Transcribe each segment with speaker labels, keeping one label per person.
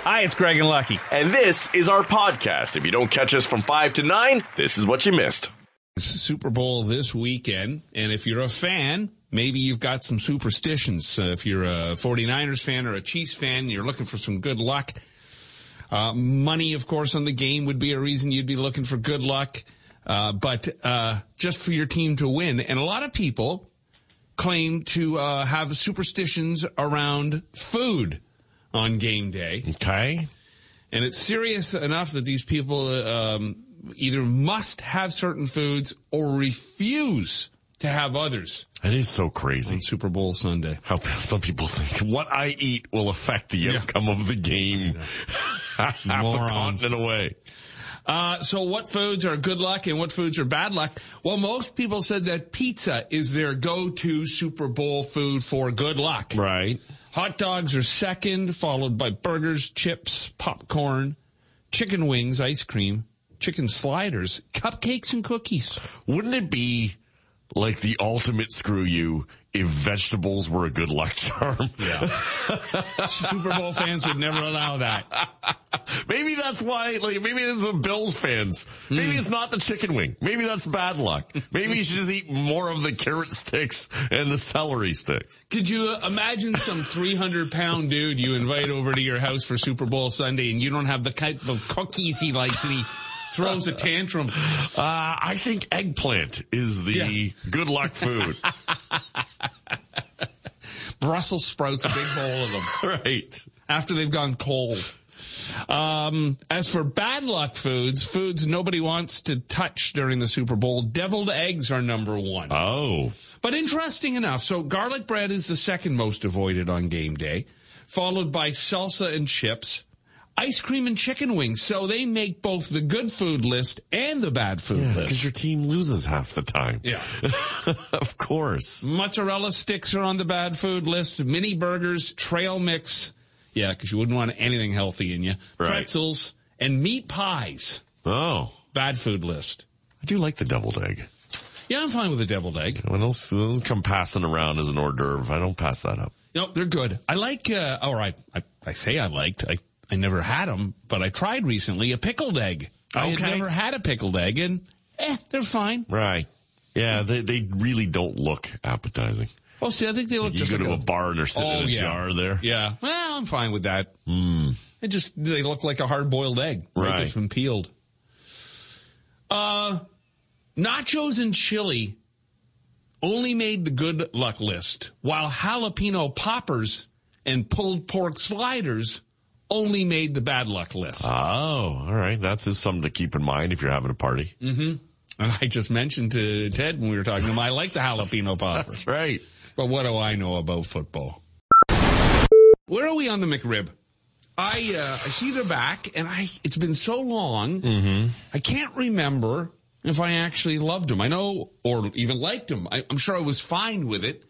Speaker 1: Hi, it's Greg and Lucky.
Speaker 2: And this is our podcast. If you don't catch us from 5 to 9, this is what you missed.
Speaker 1: Super Bowl this weekend, and if you're a fan, maybe you've got some superstitions. Uh, if you're a 49ers fan or a Chiefs fan, you're looking for some good luck. Uh, money, of course, on the game would be a reason you'd be looking for good luck, uh, but uh, just for your team to win. And a lot of people claim to uh, have superstitions around food on game day.
Speaker 3: Okay.
Speaker 1: and it's serious enough that these people uh, um, either must have certain foods or refuse to have others
Speaker 3: It is so crazy
Speaker 1: on Super Bowl Sunday.
Speaker 3: how p- some people think what I eat will affect the outcome of the game. Half the
Speaker 1: Morons.
Speaker 3: continent away.
Speaker 1: Uh, so, what foods are good luck and what foods are bad luck? Well, most people said that pizza is their go-to Super Bowl food for good luck.
Speaker 3: Right.
Speaker 1: Hot dogs are second, followed by burgers, chips, popcorn, chicken wings, ice cream, chicken sliders, cupcakes, and cookies.
Speaker 3: Wouldn't it be like the ultimate screw you if vegetables were a good luck charm?
Speaker 1: Super Bowl fans would never allow that.
Speaker 3: maybe that's why, like, maybe it's the Bills fans.
Speaker 1: Hmm.
Speaker 3: Maybe it's not the chicken wing. Maybe that's bad luck. Maybe you should just eat more of the carrot sticks and the celery sticks.
Speaker 1: Could you uh, imagine some 300 pound dude you invite over to your house for Super Bowl Sunday and you don't have the type of cookies he likes and he throws a tantrum?
Speaker 3: Uh, I think eggplant is the
Speaker 1: Yeah.
Speaker 3: good luck food.
Speaker 1: Brussels sprouts, a big bowl of them
Speaker 3: right.
Speaker 1: after they've gone cold. Um, as for bad luck foods, foods nobody wants to touch during the Super Bowl, deviled eggs are number one.
Speaker 3: Oh.
Speaker 1: But interesting enough, so garlic bread is the second most avoided on game day, followed by salsa and chips, ice cream and chicken wings. So they make both the good food list and the bad food list.
Speaker 3: Because your team loses half the time.
Speaker 1: Yeah.
Speaker 3: of course.
Speaker 1: Mozzarella sticks are on the bad food list, mini burgers, trail mix. Yeah, because you wouldn't want anything healthy in you.
Speaker 3: Right.
Speaker 1: Pretzels and meat pies.
Speaker 3: Oh.
Speaker 1: Bad food list.
Speaker 3: I do like the deviled egg.
Speaker 1: Yeah, I'm fine with a deviled egg.
Speaker 3: When those, those come passing around as an hors d'oeuvre, I don't pass that up.
Speaker 1: No, they're good. I like, uh, or I, I, I say I liked, I, I never had them, but I tried recently a pickled egg. I had
Speaker 3: Okay.
Speaker 1: never had a pickled egg and eh, they're fine.
Speaker 3: Right. Yeah, they, they really don't look appetizing.
Speaker 1: Well, see, I think they look
Speaker 3: You
Speaker 1: just
Speaker 3: go
Speaker 1: like
Speaker 3: to a bar and they're sitting
Speaker 1: Oh,
Speaker 3: in a
Speaker 1: yeah.
Speaker 3: jar there.
Speaker 1: Yeah. Well, I'm fine with that. Mm. It just, they look like a hard boiled egg.
Speaker 3: Right.
Speaker 1: That's been peeled. Uh, nachos and chili only made the good luck list, while jalapeno poppers and pulled pork sliders only made the bad luck list.
Speaker 3: Oh, all right. That's just something to keep in mind if you're having a party.
Speaker 1: Mm. And I just mentioned to Ted when we were talking to him, I like the jalapeno popper.
Speaker 3: That's right.
Speaker 1: But what do I know about football? Where are we on the McRib? I uh, I see the back, and I it's been so long, I can't remember if I actually loved him. I know, or even liked him. I, I'm sure I was fine with it.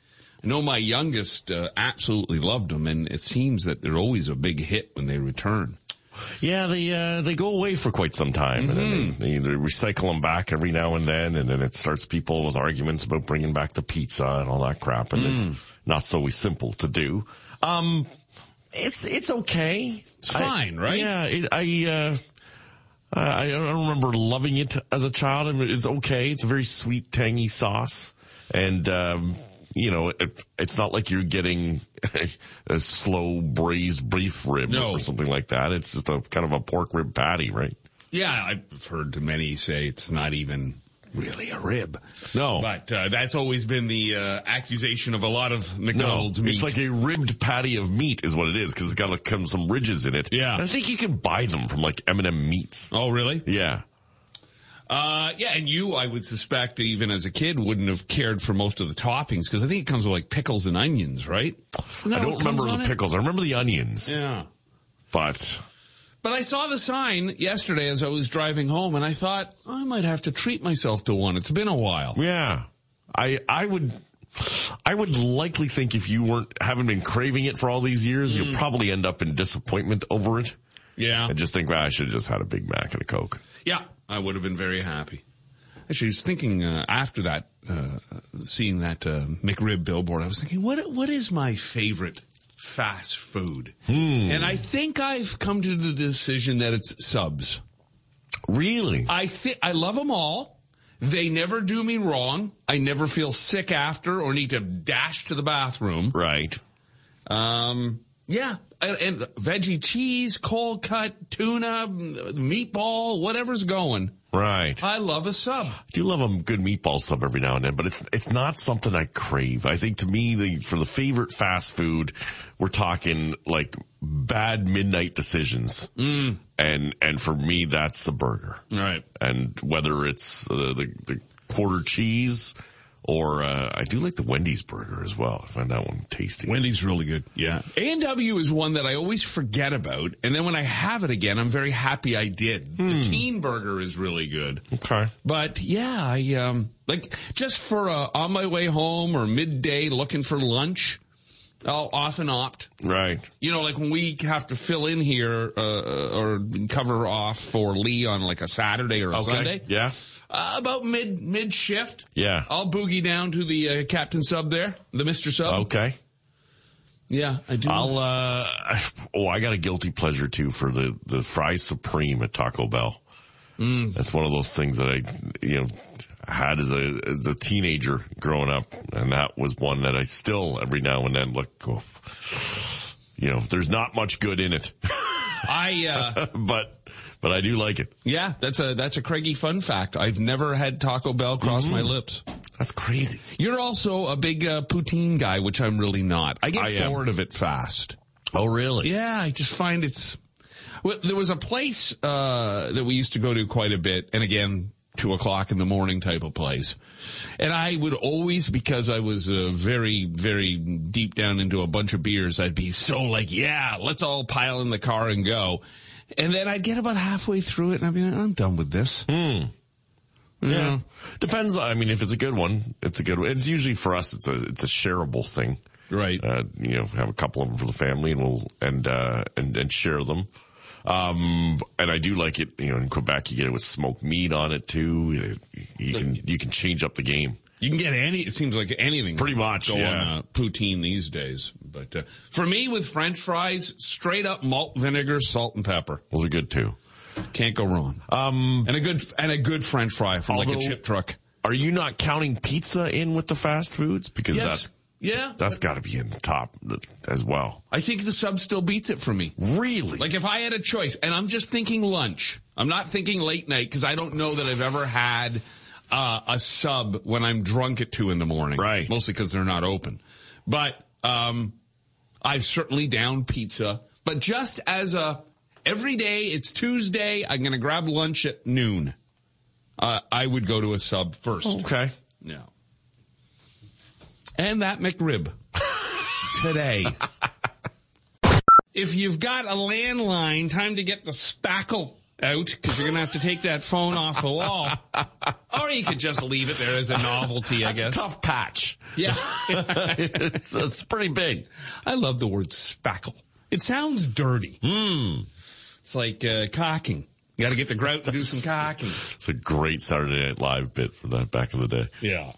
Speaker 1: I know my youngest uh, absolutely loved him, and it seems that they're always a big hit when they return.
Speaker 3: Yeah, they uh, they go away for quite some time, and then they, they either recycle them back every now and then, and then it starts people with arguments about bringing back the pizza and all that crap, and it's not so simple to do. Um, it's it's okay, it's
Speaker 1: fine, right?
Speaker 3: Yeah, it, I. Uh, I I don't remember loving it as a child. I mean, It's okay. It's a very sweet, tangy sauce, and um, you know, it, it's not like you're getting a slow braised beef rib
Speaker 1: No.
Speaker 3: or something like that. It's just a kind of a pork rib patty, right?
Speaker 1: Yeah, I've heard many say it's not even really a rib.
Speaker 3: No,
Speaker 1: But uh, that's always been the uh, accusation of a lot of
Speaker 3: no,
Speaker 1: McDonald's meat.
Speaker 3: it's like a ribbed patty of meat is what it is because it's got like come some ridges in it.
Speaker 1: Yeah.
Speaker 3: And I think you can buy them from like M and M meats.
Speaker 1: oh, really?
Speaker 3: Yeah,
Speaker 1: Uh, yeah, and you, I would suspect, even as a kid, wouldn't have cared for most of the toppings because I think it comes with like pickles and onions, right? No,
Speaker 3: I
Speaker 1: Oh, it
Speaker 3: don't
Speaker 1: comes
Speaker 3: remember
Speaker 1: on
Speaker 3: the
Speaker 1: it?
Speaker 3: pickles. I remember the onions,
Speaker 1: Yeah.
Speaker 3: but
Speaker 1: But I saw the sign yesterday as I was driving home, and I thought I might have to treat myself to one. It's been a while.
Speaker 3: Yeah. I I would I would likely think if you weren't haven't been craving it for all these years,
Speaker 1: Mm.
Speaker 3: you'll probably end up in disappointment over it.
Speaker 1: Yeah,
Speaker 3: And just think, well, I should have just had a Big Mac and a Coke.
Speaker 1: yeah, I would have been very happy. Actually, I was thinking uh, after that, uh, seeing that uh, McRib billboard, I was thinking, what what is my favorite fast food. And I think I've come to the decision that it's subs.
Speaker 3: Really?
Speaker 1: I think I love them all. They never do me wrong. I never feel sick after or need to dash to the bathroom.
Speaker 3: Right.
Speaker 1: Um, yeah, and, and veggie cheese, cold cut, tuna, meatball, whatever's going.
Speaker 3: Right.
Speaker 1: I love a sub.
Speaker 3: I do love a good meatball sub every now and then, but it's it's not something I crave. I think to me, the for the favorite fast food, we're talking like bad midnight decisions, mm. and and for me, that's the burger.
Speaker 1: Right.
Speaker 3: And whether it's uh, the the quarter cheese, or uh, I do like the Wendy's burger as well. I find that one tasty.
Speaker 4: Wendy's really good.
Speaker 3: yeah.
Speaker 1: A&W is one that I always forget about, and then when I have it again, I'm very happy I did. The teen burger is really good.
Speaker 3: Okay.
Speaker 1: But yeah, I um like just for uh, on my way home or midday looking for lunch, I'll often opt.
Speaker 3: Right.
Speaker 1: You know, like when we have to fill in here uh, or cover off for Lee on like a Saturday or a Sunday.
Speaker 3: Yeah.
Speaker 1: Uh, about mid mid shift.
Speaker 3: Yeah.
Speaker 1: I'll boogie down to the uh, captain sub there, the Mister Sub.
Speaker 3: Okay.
Speaker 1: Yeah, I do.
Speaker 3: I'll uh oh I got a guilty pleasure too for the the fries supreme at Taco Bell. That's one of those things that I you know had as a as a teenager growing up, and that was one that I still every now and then look. Oh, you know, there's not much good in it,
Speaker 1: I uh,
Speaker 3: but but I do like it.
Speaker 1: yeah, that's a that's a Craigie fun fact. I've never had Taco Bell cross
Speaker 3: Mm-hmm.
Speaker 1: my lips.
Speaker 3: That's crazy.
Speaker 1: You're also a big uh, poutine guy, which I'm really not. I get
Speaker 3: I am.
Speaker 1: bored of it fast.
Speaker 3: Oh really?
Speaker 1: Yeah, I just find it's. Well, there was a place uh, that we used to go to quite a bit, and again, two o'clock in the morning type of place. And I would always, because I was uh, very, very deep down into a bunch of beers, I'd be so like, yeah, let's all pile in the car and go. And then I'd get about halfway through it, and I'd be like, I'm done with this.
Speaker 3: Hmm. Yeah. Depends. I mean, if it's a good one, it's a good one. It's usually for us. It's a it's a shareable thing.
Speaker 1: Right.
Speaker 3: Uh, you know, have a couple of them for the family, and we'll and uh, and and share them. Um, and I do like it. You know, in Quebec, you get it with smoked meat on it too. You, you can you can change up the game.
Speaker 1: You can get any. It seems like anything.
Speaker 3: Pretty much,
Speaker 1: Go
Speaker 3: yeah.
Speaker 1: on uh, poutine these days, but uh, for me with French fries, straight up malt vinegar, salt and pepper,
Speaker 3: Those are good too.
Speaker 1: can't go wrong. Um, and a good and a good French fry from like a
Speaker 3: although-
Speaker 1: chip truck.
Speaker 3: Are you not counting pizza in with the fast foods because that's
Speaker 1: yeah.
Speaker 3: that's got to be in the top as well.
Speaker 1: I think the sub still beats it for me.
Speaker 3: Really?
Speaker 1: Like if I had a choice, and I'm just thinking lunch. I'm not thinking late night because I don't know that I've ever had uh, a sub when I'm drunk at two in the morning.
Speaker 3: Right.
Speaker 1: Mostly because they're not open. But um, I've certainly downed pizza. But just as a every day, it's Tuesday. I'm going to grab lunch at noon. Uh, I would go to a sub first.
Speaker 3: okay.
Speaker 1: No. And that McRib today. if you've got a landline, time to get the spackle out because you're going to have to take that phone off the wall. or you could just leave it there as a novelty, I guess.
Speaker 3: Tough patch.
Speaker 1: Yeah.
Speaker 3: it's, it's pretty big.
Speaker 1: I love the word spackle. It sounds dirty. Hmm. It's like uh, cocking. You got to get the grout and do some cocking.
Speaker 3: It's a great Saturday Night Live bit from that back in the day.
Speaker 1: Yeah.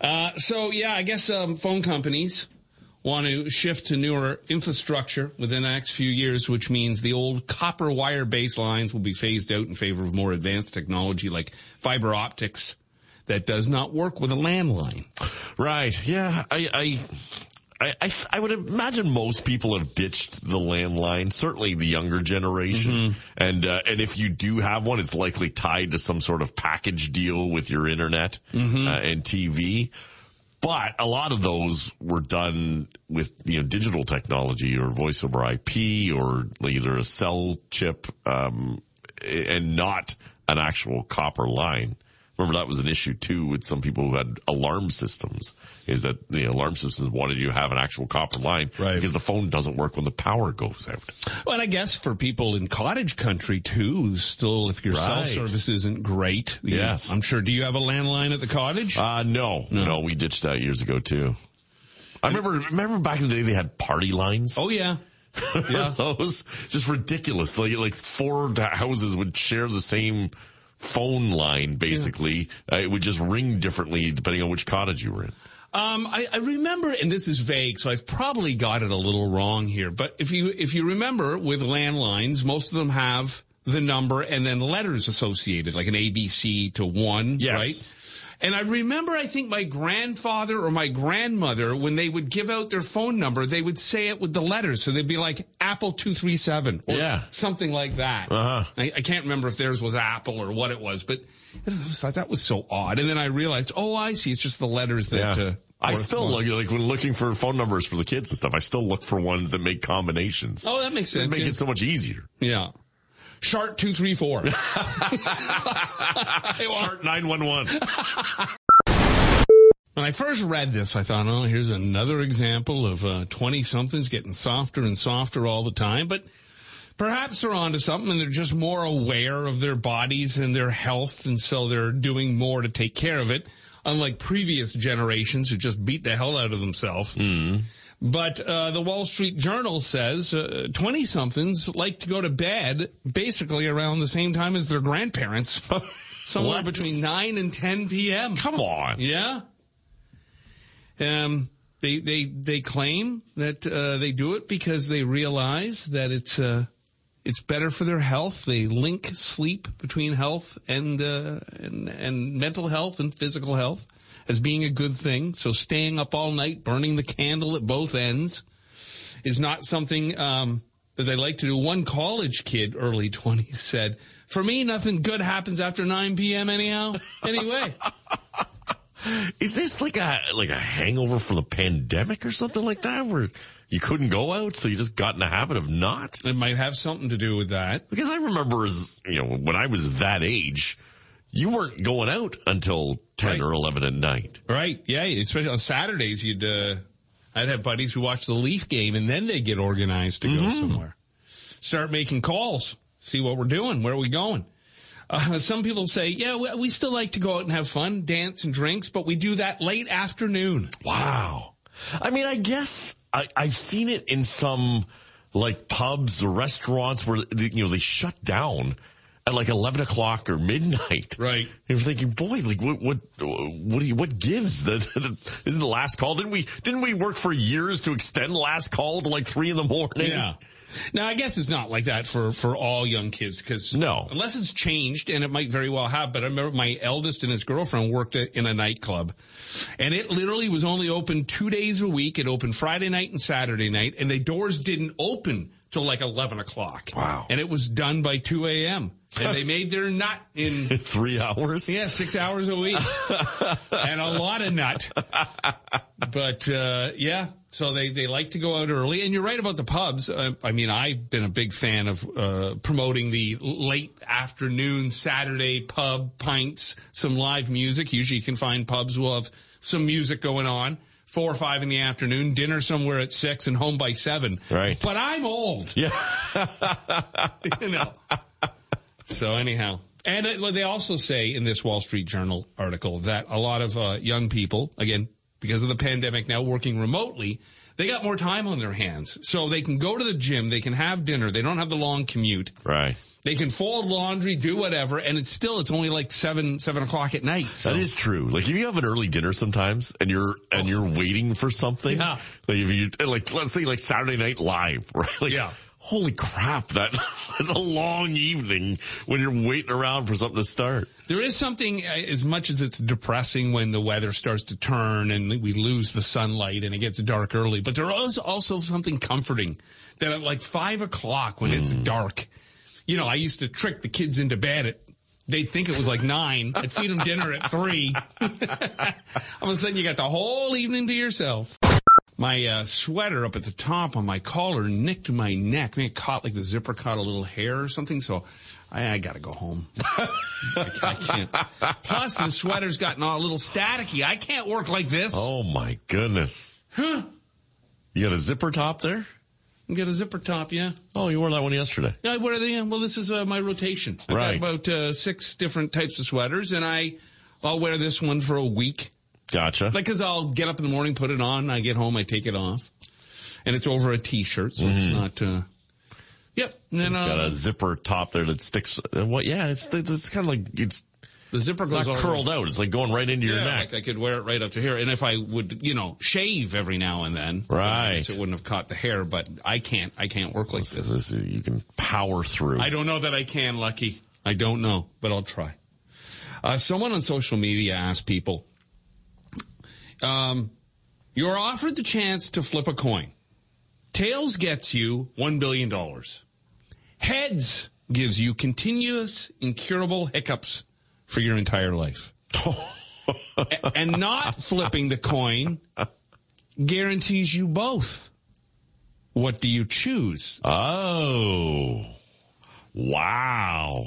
Speaker 1: Uh, so yeah, I guess um, phone companies want to shift to newer infrastructure within the next few years, which means the old copper wire base lines will be phased out in favor of more advanced technology like fiber optics that does not work with a landline.
Speaker 3: Right. Yeah. I, I, I, I, I would imagine most people have ditched the landline, certainly the younger generation. And, uh, and if you do have one, it's likely tied to some sort of package deal with your internet uh, and TV. But a lot of those were done with, you know, digital technology or voice over IP or either a cell chip, um, and not an actual copper line. Remember that was an issue too with some people who had alarm systems is that the alarm systems wanted you to have an actual copper line
Speaker 1: Right.
Speaker 3: because the phone doesn't work when the power goes out.
Speaker 1: Well, and I guess for people in cottage country too, who still if your cell
Speaker 3: Right.
Speaker 1: service isn't great, you-
Speaker 3: Yes.
Speaker 1: I'm sure. Do you have a landline at the cottage?
Speaker 3: Uh, no, no, we ditched that years ago too. I remember, remember back in the day they had party lines.
Speaker 1: oh yeah.
Speaker 3: yeah. those just ridiculous. Like, like four houses would share the same phone line basically. Uh, it would just ring differently depending on which cottage you were in.
Speaker 1: Um, I, I remember, and this is vague, so I've probably got it a little wrong here. But if you if you remember, with landlines, most of them have the number and then letters associated, like an ABC to one,
Speaker 3: Yes.
Speaker 1: right? And I remember, I think my grandfather or my grandmother, when they would give out their phone number, they would say it with the letters. So they'd be like Apple two three seven, or
Speaker 3: Yeah.
Speaker 1: something like that.
Speaker 3: Uh-huh.
Speaker 1: I, I can't remember if theirs was Apple or what it was, but I just thought that was so odd. And then I realized, oh, I see, it's just the letters that. Uh,
Speaker 3: I
Speaker 1: correspond.
Speaker 3: still look like when looking for phone numbers for the kids and stuff. I still look for ones that make combinations.
Speaker 1: Oh, that makes
Speaker 3: They
Speaker 1: sense.
Speaker 3: make
Speaker 1: yeah.
Speaker 3: it so much easier.
Speaker 1: yeah. Shark two three four.
Speaker 3: Chart nine one one.
Speaker 1: When I first read this, I thought, oh, here's another example of twenty somethings getting softer and softer all the time. But perhaps they're onto something, and they're just more aware of their bodies and their health, and so they're doing more to take care of it. Unlike previous generations who just beat the hell out of themselves. But uh, the Wall Street Journal says twenty somethings like to go to bed basically around the same time as their grandparents, somewhere
Speaker 3: What?
Speaker 1: between nine and ten p.m.
Speaker 3: Come on.
Speaker 1: Yeah. Um, they they they claim that uh, they do it because they realize that it's uh, it's better for their health. They link sleep between health and uh, and and mental health and physical health as being a good thing. So staying up all night, burning the candle at both ends, is not something. Um, that they like to do. One college kid, early 20s, said, For me, nothing good happens after 9 p.m. anyhow. Anyway.
Speaker 3: Is this like a like a hangover from the pandemic or something like that, where you couldn't go out, so you just got in the habit of not?
Speaker 1: It might have something to do with that.
Speaker 3: Because I remember as you know, when I was that age, you weren't going out until ten
Speaker 1: Right.
Speaker 3: or eleven at night.
Speaker 1: Right. Yeah. Especially on Saturdays, you'd, uh, I'd have buddies who watch the Leaf game and then they get organized to go somewhere. Start making calls. See what we're doing. Where are we going? Uh, some people say, yeah, we, we still like to go out and have fun, dance and drinks, but we do that late afternoon.
Speaker 3: Wow. I mean, I guess I, I've seen it in some like pubs or restaurants where you know they shut down at like eleven o'clock or midnight.
Speaker 1: Right.
Speaker 3: You're thinking, boy, like what, what, what do you, what gives? The, the, the, isn't the last call? Didn't we, didn't we work for years to extend last call to like three in the morning?
Speaker 1: Yeah. Now, I guess it's not like that for, for all young kids because
Speaker 3: No.
Speaker 1: unless it's changed and it might very well have, but I remember my eldest and his girlfriend worked at, in a nightclub and it literally was only open two days a week. It opened Friday night and Saturday night and the doors didn't open till like 11 o'clock.
Speaker 3: Wow.
Speaker 1: And it was done by 2 a.m. and they made their nut in
Speaker 3: Three hours?
Speaker 1: yeah, six hours a week, and a lot of nut. But uh, yeah, so they they like to go out early, and you're right about the pubs. Uh, I mean, I've been a big fan of uh, promoting the late afternoon Saturday pub pints, some live music. Usually, you can find pubs will have some music going on. Four or five in the afternoon, dinner somewhere at six, and home by seven.
Speaker 3: Right.
Speaker 1: But I'm old
Speaker 3: Yeah.
Speaker 1: you know. So anyhow, and it, they also say in this Wall Street Journal article that a lot of uh, young people, again because of the pandemic, now working remotely, they got more time on their hands, so they can go to the gym, they can have dinner, they don't have the long commute,
Speaker 3: Right.
Speaker 1: they can fold laundry, do whatever, and it's still it's only like seven seven o'clock at night. So.
Speaker 3: That is true. Like if you have an early dinner sometimes and you're, and you're waiting for something,
Speaker 1: Yeah.
Speaker 3: like if you, like let's say like Saturday night live, right? Like,
Speaker 1: Yeah.
Speaker 3: Holy crap. That is a long evening when you're waiting around for something to start.
Speaker 1: There is something, uh, as much as it's depressing when the weather starts to turn and we lose the sunlight and it gets dark early, but there is also something comforting that at like five o'clock when it's dark, you know, I used to trick the kids into bed at, they'd think it was like nine. I'd feed them dinner at three. All of a sudden you got the whole evening to yourself. My uh, sweater up at the top on my collar nicked my neck. I mean, it caught like the zipper caught a little hair or something. So I, I got to go home. I can't. Plus, the sweater's gotten all a little staticky. I can't work like this.
Speaker 3: Oh my goodness.
Speaker 1: Huh.
Speaker 3: You got a zipper top there?
Speaker 1: I got a zipper top, yeah.
Speaker 3: Oh, you wore that one yesterday.
Speaker 1: Yeah, what are they? in? Well, this is uh, my rotation. I've
Speaker 3: Right.
Speaker 1: got about uh, six different types of sweaters, and I I'll wear this one for a week.
Speaker 3: Gotcha.
Speaker 1: Like, cause I'll get up in the morning, put it on. I get home, I take it off, and it's over a t-shirt, so it's not. Uh, yep. And then
Speaker 3: Mm-hmm. it's
Speaker 1: uh,
Speaker 3: got a zipper top there that sticks. uh, What? Yeah, it's it's kind of like it's
Speaker 1: The zipper
Speaker 3: It's
Speaker 1: goes
Speaker 3: not
Speaker 1: all the way-
Speaker 3: curled out. It's like going right into your
Speaker 1: yeah,
Speaker 3: neck.
Speaker 1: Like I could wear it right up to here. And if I would, you know, shave every now and then,
Speaker 3: Right.
Speaker 1: I guess it wouldn't have caught the hair, but I can't, I can't work like
Speaker 3: This
Speaker 1: this.
Speaker 3: is- you can power through.
Speaker 1: I don't know that I can, Lucky. I don't know, but I'll try. Uh, someone on social media asked people, um, you're offered the chance to flip a coin. Tails gets you $1 billion. Heads gives you continuous, incurable hiccups for your entire life. A- and not flipping the coin guarantees you both. What do you choose?
Speaker 3: Oh, wow.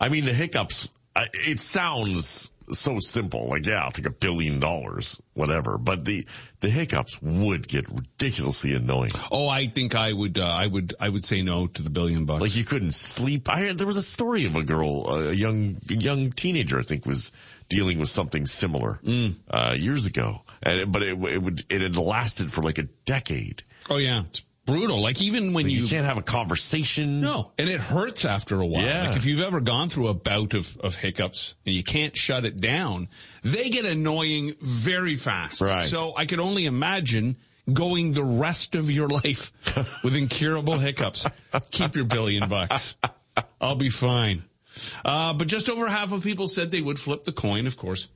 Speaker 3: I mean, the hiccups, I- it sounds so simple. Like, yeah, I'll take a billion dollars, whatever. But the, the hiccups would get ridiculously annoying.
Speaker 1: Oh, I think I would. Uh, I would. I would say no to the billion bucks.
Speaker 3: Like you couldn't sleep. I had, there was a story of a girl, a young, a young teenager, I think was dealing with something similar,
Speaker 1: Mm.
Speaker 3: uh, years ago. And, it- but it, it would, it had lasted for like a decade.
Speaker 1: oh yeah, it's brutal. Like even when
Speaker 3: You,
Speaker 1: you,
Speaker 3: can't have a conversation.
Speaker 1: no, and it hurts after a while.
Speaker 3: Yeah.
Speaker 1: Like if you've ever gone through a bout of of hiccups and you can't shut it down, they get annoying very fast.
Speaker 3: Right.
Speaker 1: So I could only imagine going the rest of your life with incurable hiccups. Keep your billion bucks. I'll be fine. Uh, but just over half of people said they would flip the coin, of course,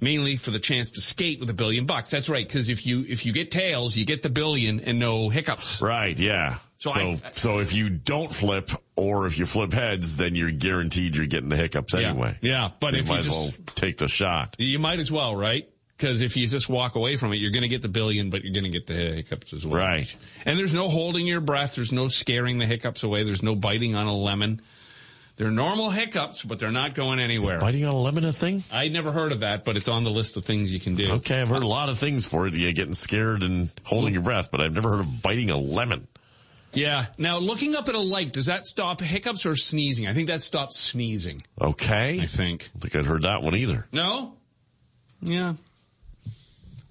Speaker 1: mainly for the chance to skate with a billion bucks. That's right, because if you if you get tails, you get the billion and no hiccups.
Speaker 3: Right, yeah. So,
Speaker 1: So
Speaker 3: so,
Speaker 1: I-
Speaker 3: if you don't flip, or if you flip heads, then you're guaranteed you're getting the hiccups anyway.
Speaker 1: yeah, but
Speaker 3: So
Speaker 1: if you
Speaker 3: might as
Speaker 1: just-
Speaker 3: well take the shot.
Speaker 1: You might as well, right? Because if you just walk away from it, you're going to get the billion, but you're going to get the hiccups as well.
Speaker 3: Right.
Speaker 1: And there's no holding your breath. There's no scaring the hiccups away. There's no biting on a lemon. They're normal hiccups, but they're not going anywhere.
Speaker 3: Biting on a lemon a thing?
Speaker 1: I never heard of that, but it's on the list of things you can do.
Speaker 3: Okay, I've heard a lot of things for it. Yeah, getting scared and holding your breath, but I've never heard of biting a lemon.
Speaker 1: Yeah. Now, looking up at a light, does that stop hiccups or sneezing? I think that stops sneezing.
Speaker 3: Okay.
Speaker 1: I think.
Speaker 3: don't think I'd heard that one either.
Speaker 1: No? Yeah.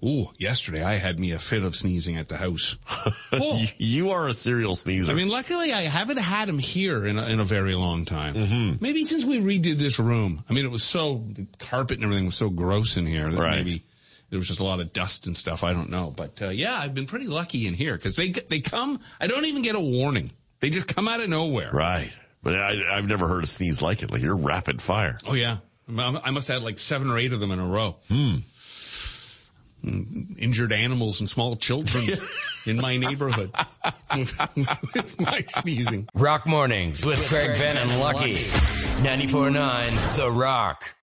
Speaker 1: Ooh, yesterday I had me a fit of sneezing at the house. Oh.
Speaker 3: You are a serial sneezer.
Speaker 1: I mean, luckily I haven't had him here in a, in a very long time.
Speaker 3: Mm-hmm.
Speaker 1: Maybe since we redid this room. I mean, it was so, the carpet and everything was so gross in here that
Speaker 3: Right.
Speaker 1: maybe there was just a lot of dust and stuff. I don't know. But, uh, yeah, I've been pretty lucky in here because they, they come, I don't even get a warning. They just come out of nowhere.
Speaker 3: right. But I, I've never heard a sneeze like it. Like you're rapid fire.
Speaker 1: Oh yeah, I I must have had like seven or eight of them in a row.
Speaker 3: Hmm.
Speaker 1: Mm, Injured animals and small children in my neighborhood with my sneezing.
Speaker 4: Rock Mornings with Craig Venn and Lucky. 94.9 The Rock.